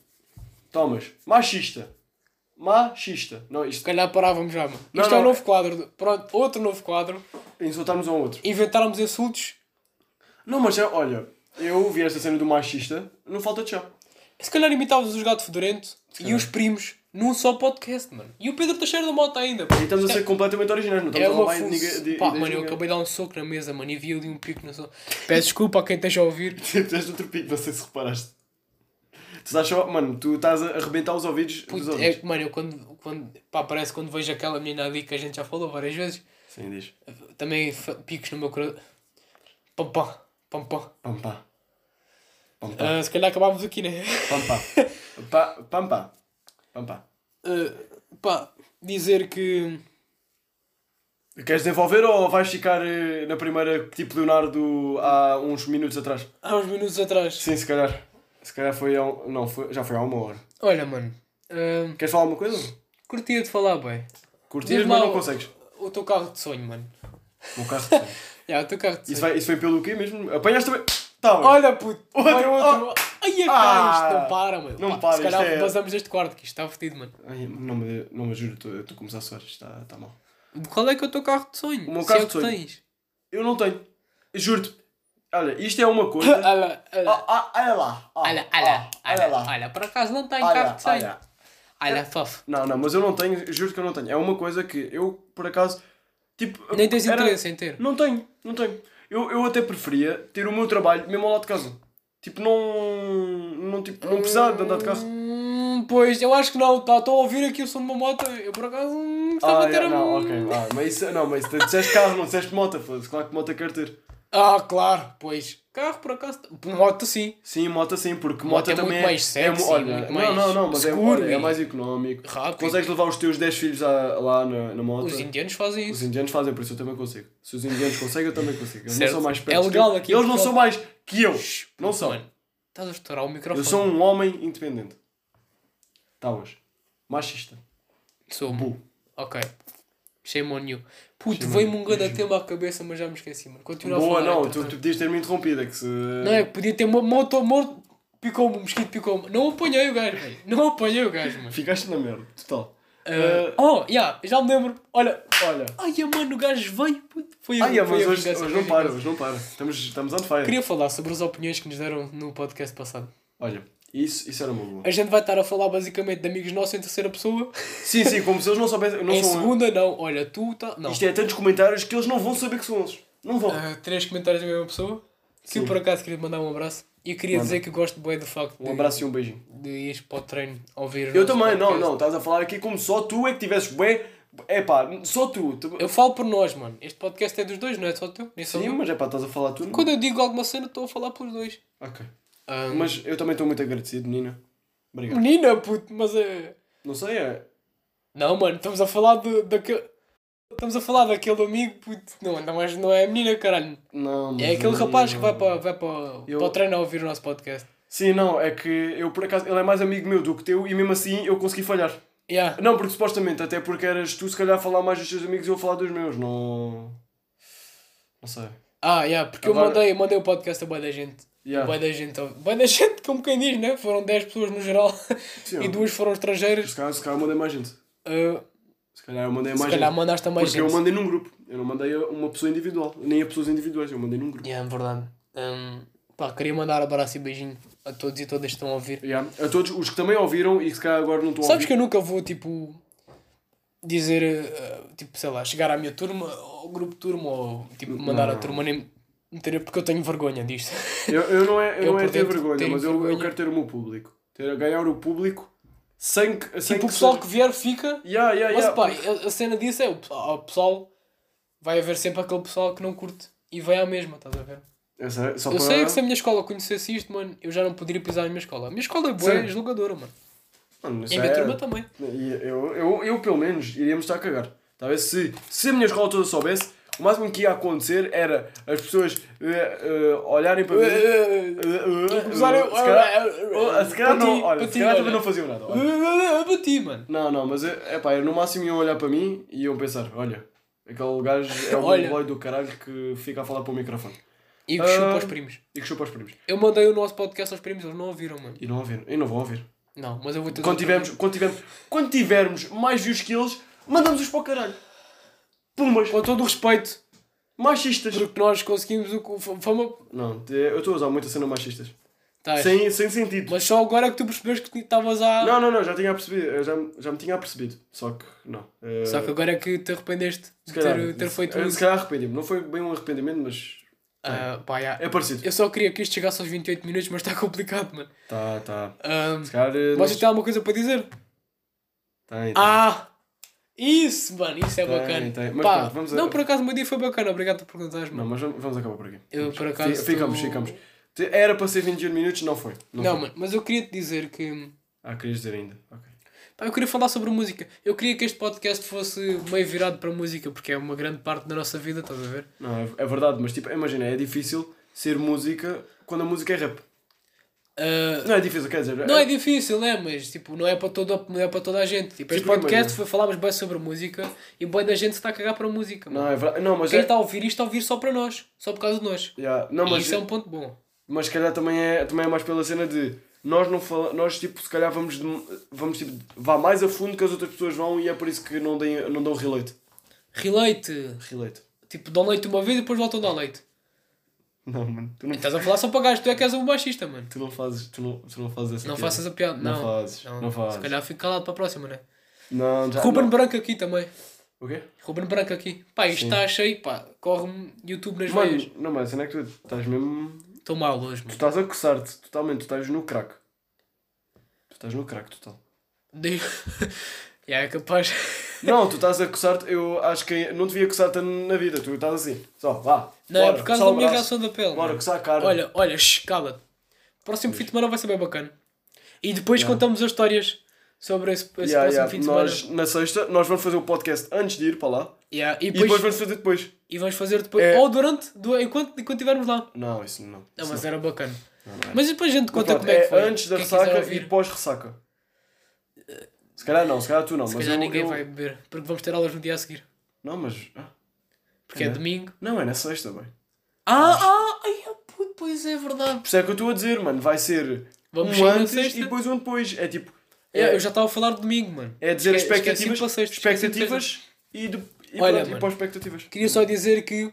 Speaker 1: Tomas, machista. Machista. Não,
Speaker 2: Se
Speaker 1: isto,
Speaker 2: calhar parávamos já, mano.
Speaker 1: Não,
Speaker 2: Isto é
Speaker 1: não.
Speaker 2: um novo quadro. Pronto, outro novo quadro.
Speaker 1: insultarmos um ao outro.
Speaker 2: Inventarmos insultos.
Speaker 1: Não, mas é- olha, eu vi esta cena do machista, não falta de chão.
Speaker 2: Se calhar imitávamos os gatos fedorentos e os primos num só podcast, mano. E o Pedro Teixeira da Mota ainda. pô.
Speaker 1: E estamos a ser completamente originais, não
Speaker 2: É
Speaker 1: estamos a
Speaker 2: uma
Speaker 1: roubar
Speaker 2: fun...
Speaker 1: ninguém. de-
Speaker 2: Pá,
Speaker 1: de-
Speaker 2: mano, eu
Speaker 1: ninguém.
Speaker 2: acabei de dar um soco na mesa, mano, e vi ali um pico na sua. Peço desculpa a quem esteja a ouvir.
Speaker 1: Tens Tipo, outro pico, não sei se reparaste. Tu estás só, mano, tu estás a arrebentar os ouvidos dos
Speaker 2: Puto, é
Speaker 1: ouvidos.
Speaker 2: que, mano, eu quando, quando. Pá, parece quando vejo aquela menina ali que a gente já falou várias vezes.
Speaker 1: Sim, diz.
Speaker 2: Também fa- picos no meu coração. Pam pam, pam pam.
Speaker 1: Pam pá. Pam pá.
Speaker 2: Ah, se calhar acabávamos aqui, né?
Speaker 1: Pam pá. Pa- Pam pá. Pam pá.
Speaker 2: Ah, pá, dizer que.
Speaker 1: Queres desenvolver ou vais ficar eh, na primeira, tipo Leonardo, há uns minutos atrás?
Speaker 2: Há uns minutos atrás.
Speaker 1: Sim, se calhar. Se calhar foi há um... Não, foi... já foi há uma hora.
Speaker 2: Olha, mano. ah,
Speaker 1: Queres falar alguma coisa?
Speaker 2: curtia de falar, bem.
Speaker 1: Curtias,
Speaker 2: Diz
Speaker 1: mas
Speaker 2: lá
Speaker 1: não
Speaker 2: o-
Speaker 1: consegues.
Speaker 2: O teu carro de sonho, mano.
Speaker 1: Um carro de sonho.
Speaker 2: Já, o teu carro de sonho.
Speaker 1: Isso, vai, isso foi pelo quê mesmo? Apanhaste também. Tá, mano.
Speaker 2: Olha, puto, vai
Speaker 1: Outro-
Speaker 2: outro. Ai, a
Speaker 1: Ah!
Speaker 2: cara, isto não para, mano.
Speaker 1: Não
Speaker 2: Pá,
Speaker 1: para,
Speaker 2: Se calhar
Speaker 1: isto é-
Speaker 2: vazamos deste quarto, que isto está fodido, mano.
Speaker 1: Ai, não, me, não me juro, estou- estou a começar a suar, isto está, está mal.
Speaker 2: Qual é que é o teu carro de sonho?
Speaker 1: O meu
Speaker 2: Se
Speaker 1: carro
Speaker 2: é
Speaker 1: de
Speaker 2: que
Speaker 1: sonho.
Speaker 2: tens.
Speaker 1: Eu não tenho. Juro-te. Olha, isto é uma coisa.
Speaker 2: Olha, olha,
Speaker 1: Ah, ah, olha lá. Ah,
Speaker 2: olha,
Speaker 1: ah,
Speaker 2: olha, olha, olha, por acaso não tem carro de sonho.
Speaker 1: olha.
Speaker 2: Olha, fofo.
Speaker 1: Não, não, mas eu não tenho, juro que eu não tenho. É uma coisa que eu, por acaso, tipo.
Speaker 2: Nem tens
Speaker 1: era-
Speaker 2: interesse em ter.
Speaker 1: Não tenho, não tenho. Eu, eu até preferia ter o meu trabalho mesmo ao lado de casa. Tipo, não. Não, tipo, não precisar de andar de carro.
Speaker 2: Hum, pois, eu acho que não. tá- Estou a ouvir aqui o som de uma moto. Eu por acaso hum, gostava
Speaker 1: Ah,
Speaker 2: de
Speaker 1: é,
Speaker 2: ter a
Speaker 1: não, ok. Ah, mas isso, não, mas tu disseste carro, não disseste moto, foda-se. Claro que moto é quero ter.
Speaker 2: Ah, claro, pois. Carro por acaso. Moto sim.
Speaker 1: Sim, moto sim, porque
Speaker 2: Moto
Speaker 1: moto,
Speaker 2: é muito
Speaker 1: também
Speaker 2: mais
Speaker 1: é,
Speaker 2: sexy,
Speaker 1: mu- olha,
Speaker 2: muito
Speaker 1: Não,
Speaker 2: mais
Speaker 1: não, não, mas é,
Speaker 2: seguro
Speaker 1: olha, é
Speaker 2: e
Speaker 1: mais económico.
Speaker 2: rápido.
Speaker 1: Consegues levar os teus 10 filhos à- lá na, na moto.
Speaker 2: Os indianos fazem
Speaker 1: Os
Speaker 2: isso.
Speaker 1: indianos fazem, por isso eu também consigo. Se os indianos conseguem, eu também consigo. Eles
Speaker 2: Certo.
Speaker 1: não são mais
Speaker 2: É
Speaker 1: espertos que
Speaker 2: legal
Speaker 1: eu.
Speaker 2: aqui em
Speaker 1: Eles não
Speaker 2: Portugal.
Speaker 1: são mais que eu.
Speaker 2: Shhh,
Speaker 1: Não são.
Speaker 2: mano, Estás a estourar o microfone.
Speaker 1: Eu sou um homem independente. Tá hoje. Machista.
Speaker 2: Sou um
Speaker 1: Bu.
Speaker 2: Ok. Shame on you. Puto,
Speaker 1: Shame on
Speaker 2: veio-me
Speaker 1: you.
Speaker 2: um grande tema à cabeça, mas já me esqueci, mano. Continua a
Speaker 1: Boa,
Speaker 2: falar.
Speaker 1: não, tu,
Speaker 2: entretanto.
Speaker 1: tu podias ter-me interrompido, é que se.
Speaker 2: então, tá. Não é? Podia ter uma moto, morto. Picou-me, um mosquito picou-me. Não apanhei o gajo, velho. Não apanhei o gajo, mano.
Speaker 1: Ficaste na merda, total. Eh,
Speaker 2: Ah, oh, yeah, já me lembro. Olha.
Speaker 1: Olha.
Speaker 2: Ai, mano, o gajo veio. puto. Foi
Speaker 1: Ai, é,
Speaker 2: foi
Speaker 1: mas hoje,
Speaker 2: vingança,
Speaker 1: hoje
Speaker 2: foi
Speaker 1: não
Speaker 2: a
Speaker 1: para,
Speaker 2: vingança.
Speaker 1: hoje não para. Estamos, estamos on fire.
Speaker 2: Queria falar sobre as opiniões que nos deram no podcast passado.
Speaker 1: Olha, isso, isso era uma boa.
Speaker 2: A gente vai estar a falar basicamente de amigos nossos em terceira pessoa.
Speaker 1: Sim, sim, como se eles não soubessem. Não
Speaker 2: em
Speaker 1: são-
Speaker 2: É segunda, não. Olha, tu tá. Não.
Speaker 1: Isto é tantos comentários que eles não vão saber que são eles. Não vão.
Speaker 2: Ah, três comentários da mesma pessoa. Que eu, por acaso queria mandar um abraço. E eu queria
Speaker 1: Manda.
Speaker 2: dizer que eu gosto bem do facto
Speaker 1: Um abraço e um beijinho.
Speaker 2: de, de ires para o treino ouvir. o
Speaker 1: Eu
Speaker 2: nosso
Speaker 1: também, não,
Speaker 2: podcast.
Speaker 1: não. Estás a falar aqui como só tu é que tivesses bué. É pá, só tu. tu-
Speaker 2: Eu falo por nós, mano. Este podcast é dos dois, não é só teu? Nem só
Speaker 1: Sim,
Speaker 2: meu.
Speaker 1: mas é pá, estás a falar tu. não?
Speaker 2: Quando eu digo alguma cena, estou a falar pelos dois.
Speaker 1: Ok.
Speaker 2: Ah,
Speaker 1: Mas eu também estou muito agradecido, menina. Obrigado.
Speaker 2: Menina, puto, mas é.
Speaker 1: Não sei, é.
Speaker 2: Não, mano, estamos a falar de, daquele. Estamos a falar daquele amigo, puto. Não, não, mas não é a menina, caralho.
Speaker 1: Não, mas
Speaker 2: É aquele
Speaker 1: não-
Speaker 2: rapaz que vai para, vai para,
Speaker 1: Eu-
Speaker 2: para o treino a ouvir o nosso podcast.
Speaker 1: Sim, não, é que eu por acaso. Ele é mais amigo meu do que teu e mesmo assim eu consegui falhar.
Speaker 2: Yeah.
Speaker 1: Não, porque supostamente, até porque eras tu se calhar a falar mais dos teus amigos e eu a falar dos meus. Não. Não sei.
Speaker 2: Ah, yeah, porque
Speaker 1: Agora- Ah.
Speaker 2: eu mandei, mandei o podcast a boa da gente.
Speaker 1: Yeah.
Speaker 2: Boa da gente, boa da gente, como quem diz, né? Foram 10 pessoas no geral
Speaker 1: Sim,
Speaker 2: e duas foram estrangeiras.
Speaker 1: Se calhar, se calhar eu mandei mais gente.
Speaker 2: Ah,
Speaker 1: Se calhar eu mandei
Speaker 2: se
Speaker 1: mais
Speaker 2: calhar
Speaker 1: gente.
Speaker 2: mandaste também
Speaker 1: Porque
Speaker 2: gente.
Speaker 1: eu mandei num grupo. Eu não mandei a uma pessoa individual. Nem a pessoas individuais. Eu mandei num grupo.
Speaker 2: Yeah, é verdade. Hum, pá, queria mandar abraço e beijinho a todos e todas que estão a ouvir.
Speaker 1: Yeah. A todos os que também ouviram e que se calhar agora não estão a
Speaker 2: Sabes
Speaker 1: ouvir.
Speaker 2: que eu nunca vou, tipo, dizer, eh, tipo, sei lá, chegar à minha turma, ao grupo de turma, ou tipo, mandar a
Speaker 1: não.
Speaker 2: turma nem meter, porque eu tenho vergonha disto.
Speaker 1: Eu, eu não é, eu
Speaker 2: Eu
Speaker 1: não é
Speaker 2: por
Speaker 1: ter
Speaker 2: dentro
Speaker 1: vergonha,
Speaker 2: tenho
Speaker 1: mas eu, eu
Speaker 2: vergonha.
Speaker 1: quero ter o meu público. Ter, ganhar o público sem que. Sem
Speaker 2: tipo, o
Speaker 1: que
Speaker 2: pessoal
Speaker 1: seja-
Speaker 2: que vier fica.
Speaker 1: Yeah, yeah,
Speaker 2: Mas
Speaker 1: yeah.
Speaker 2: pá, a- a cena disso é o pessoal, ao pessoal vai haver sempre aquele pessoal que não curte e vai à mesma, estás a ver?
Speaker 1: Eu sei, só
Speaker 2: eu
Speaker 1: para-
Speaker 2: sei que se a minha escola conhecesse isto, mano, eu já não poderia pisar na minha escola. A minha escola é boa,
Speaker 1: Sim.
Speaker 2: é julgadora, mano.
Speaker 1: Mano,
Speaker 2: E
Speaker 1: isso
Speaker 2: a minha
Speaker 1: é-
Speaker 2: turma também.
Speaker 1: Tá E eu, eu, eu, pelo menos, iríamos estar a cagar. Talvez se, se a minha escola toda soubesse, O máximo que ia acontecer era as pessoas eh, eh, olharem para mim. eh,
Speaker 2: eh, Começaram-
Speaker 1: Se calhar- Oh, Se calhar
Speaker 2: Bati,
Speaker 1: não, olha, se
Speaker 2: bati,
Speaker 1: calhar também
Speaker 2: olha.
Speaker 1: não faziam nada. olha.
Speaker 2: Eu bati, mano.
Speaker 1: Não, não, mas é pá, no máximo iam olhar para mim e iam pensar: olha, aquele gajo é um
Speaker 2: Olha.
Speaker 1: boy do caralho que fica a falar para o microfone
Speaker 2: E
Speaker 1: Ah.
Speaker 2: chupa os primos.
Speaker 1: e que chupa os primos.
Speaker 2: Eu mandei o nosso podcast aos primos, eles não ouviram, mano.
Speaker 1: E não ouviram, e não vão ouvir.
Speaker 2: Não, mas eu vou ter
Speaker 1: Quando tivermos, quando tivermos, quando tivermos mais views que eles, mandamos-os para o caralho. Pumas,
Speaker 2: Com todo o respeito,
Speaker 1: machistas.
Speaker 2: porque nós conseguimos o que. Fama.
Speaker 1: Não, te- eu estou a usar muito a cena machistas.
Speaker 2: Tá,
Speaker 1: Sem, sem sentido.
Speaker 2: Mas só agora é que tu percebes que estavas a.
Speaker 1: Não, não, não, já tinha percebido, eu já, já me tinha percebido. Só que, não. Eh,
Speaker 2: Só que agora é que te arrependeste de
Speaker 1: se calhar-
Speaker 2: ter, ter feito
Speaker 1: eh,
Speaker 2: isso.
Speaker 1: Se calhar arrependi-me, não foi bem um arrependimento, mas
Speaker 2: Ah, pá, já.
Speaker 1: é parecido.
Speaker 2: Eu só queria que isto chegasse aos 28 minutos, mas está complicado, mano.
Speaker 1: Tá, tá.
Speaker 2: Ah,
Speaker 1: Se calhar. eh, tá,
Speaker 2: Vocês
Speaker 1: nós-
Speaker 2: têm alguma coisa para dizer?
Speaker 1: Tem, tem.
Speaker 2: Ah! Isso, mano, isso é
Speaker 1: Tem,
Speaker 2: bacana.
Speaker 1: tem. Mas
Speaker 2: Pá,
Speaker 1: pronto, vamos a-
Speaker 2: Não, por acaso, o meu dia foi bacana. Obrigado por perguntares,
Speaker 1: Não,
Speaker 2: mano.
Speaker 1: mas vamos vamos acabar por aqui.
Speaker 2: Eu,
Speaker 1: Vamos.
Speaker 2: por acaso,
Speaker 1: Fi- Ficamos,
Speaker 2: tu-
Speaker 1: ficamos. Te- Era para ser 21 minutos, não foi.
Speaker 2: Não,
Speaker 1: foi.
Speaker 2: mano, mas eu queria te dizer que.
Speaker 1: Ah, querias dizer ainda. Ok.
Speaker 2: Pá, eu queria falar sobre música. Eu queria que este podcast fosse meio virado para a música, porque é uma grande parte da nossa vida, estás a ver?
Speaker 1: Não, é, é verdade, mas tipo, imagina, é difícil ser música quando a música é rap.
Speaker 2: Ah,
Speaker 1: Não é difícil, quer dizer.
Speaker 2: Não é difícil, é, mas tipo, não é para toda, não é para toda a gente. Tipo, este
Speaker 1: Tipo,
Speaker 2: podcast
Speaker 1: imagina.
Speaker 2: foi, falámos bem sobre música e bem da gente se está a cagar para a música. Mano.
Speaker 1: Não, é verdade. Não, mas
Speaker 2: Quem
Speaker 1: é.
Speaker 2: está a ouvir isto está a ouvir só para nós, só por causa de nós.
Speaker 1: Yeah, Não,
Speaker 2: E
Speaker 1: mas,
Speaker 2: isso é um ponto bom.
Speaker 1: mas se calhar também é, também é mais pela cena de nós não fala, nós tipo, se calhar vamos, de- vamos tipo, vá mais a fundo que as outras pessoas vão e é por isso que não, deem, não dão relate.
Speaker 2: Relate,
Speaker 1: Relate.
Speaker 2: tipo, dão leite uma vez e depois voltam a dar leite.
Speaker 1: Não, mano, tu não,
Speaker 2: Estás a falar só para gajo, tu é que és um baixista, mano.
Speaker 1: tu não fazes, tu não, tu não fazes essa
Speaker 2: Não
Speaker 1: piada.
Speaker 2: faças a piada,
Speaker 1: Não
Speaker 2: não.
Speaker 1: fazes, não fazes.
Speaker 2: Se calhar fico calado para a próxima, né?
Speaker 1: Não, já.
Speaker 2: Ruben
Speaker 1: não.
Speaker 2: Branco aqui também.
Speaker 1: O quê?
Speaker 2: Ruben Branco aqui. Pá, isto
Speaker 1: Sim.
Speaker 2: está cheio, pá. Corre-me YouTube nas
Speaker 1: Mano,
Speaker 2: veias.
Speaker 1: não, mas a cena é que tu estás mesmo.
Speaker 2: Estou mal hoje,
Speaker 1: Tu
Speaker 2: mano.
Speaker 1: estás a coçar-te totalmente, tu estás no crack. Tu estás no crack total.
Speaker 2: Dei- Já é capaz.
Speaker 1: Não, tu estás a coçar-te, eu acho que não devia coçar-te na vida, tu estás assim, só, vá.
Speaker 2: Não,
Speaker 1: bora,
Speaker 2: é por causa
Speaker 1: coçar
Speaker 2: da
Speaker 1: o
Speaker 2: minha
Speaker 1: braço,
Speaker 2: reação da pele.
Speaker 1: Bora,
Speaker 2: mano.
Speaker 1: coçar a cara.
Speaker 2: Olha, olha, shh, cala-te. Próximo fim de semana vai ser bem bacana. E depois contamos as histórias sobre esse, esse
Speaker 1: Yeah,
Speaker 2: próximo
Speaker 1: yeah,
Speaker 2: fim de semana.
Speaker 1: ah, nós, na sexta, nós vamos fazer o podcast antes de ir para lá
Speaker 2: Yeah, e,
Speaker 1: e
Speaker 2: depois,
Speaker 1: depois vamos fazer depois.
Speaker 2: e vamos fazer depois.
Speaker 1: É.
Speaker 2: Ou durante, du- enquanto, enquanto estivermos lá.
Speaker 1: Não, isso não.
Speaker 2: Não,
Speaker 1: isso
Speaker 2: mas era bacana.
Speaker 1: não, não, não.
Speaker 2: Mas depois a gente conta
Speaker 1: Pronto,
Speaker 2: como é que foi.
Speaker 1: antes da
Speaker 2: Quem quiser
Speaker 1: ressaca
Speaker 2: ouvir. Eh,
Speaker 1: e pós-ressaca. Se calhar não, se calhar tu não,
Speaker 2: Se
Speaker 1: mas
Speaker 2: calhar
Speaker 1: eu,
Speaker 2: ninguém
Speaker 1: eu-
Speaker 2: vai beber, porque vamos ter aulas no dia a seguir.
Speaker 1: Não, mas. ah,
Speaker 2: Porque é,
Speaker 1: É.
Speaker 2: domingo.
Speaker 1: Não, é na sexta, bem.
Speaker 2: Ah, ah, ai, ah, puto, pois é verdade.
Speaker 1: Por isso é que eu estou a dizer, mano, vai ser
Speaker 2: Vamos
Speaker 1: um
Speaker 2: sair na
Speaker 1: antes
Speaker 2: sexta?
Speaker 1: e depois um depois. É tipo.
Speaker 2: É, eu já estava a falar de domingo, mano.
Speaker 1: É dizer as
Speaker 2: Esque- esqueci-me
Speaker 1: expectativas,
Speaker 2: para sexta,
Speaker 1: expectativas e, de, e,
Speaker 2: Olha,
Speaker 1: pronto, e
Speaker 2: mano.
Speaker 1: pós-expectativas.
Speaker 2: Queria só dizer que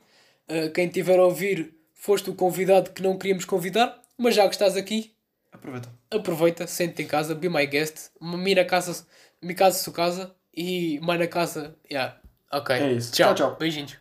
Speaker 2: ah, quem tiver a ouvir, foste o convidado que não queríamos convidar, mas já que estás aqui,
Speaker 1: Aproveita.
Speaker 2: aproveita, sente-te em casa, be my guest, me na casa, me casa sua casa e mais na casa. Yeah. Ok.
Speaker 1: É isso.
Speaker 2: Tchau,
Speaker 1: Tchau, tchau.
Speaker 2: Beijinhos.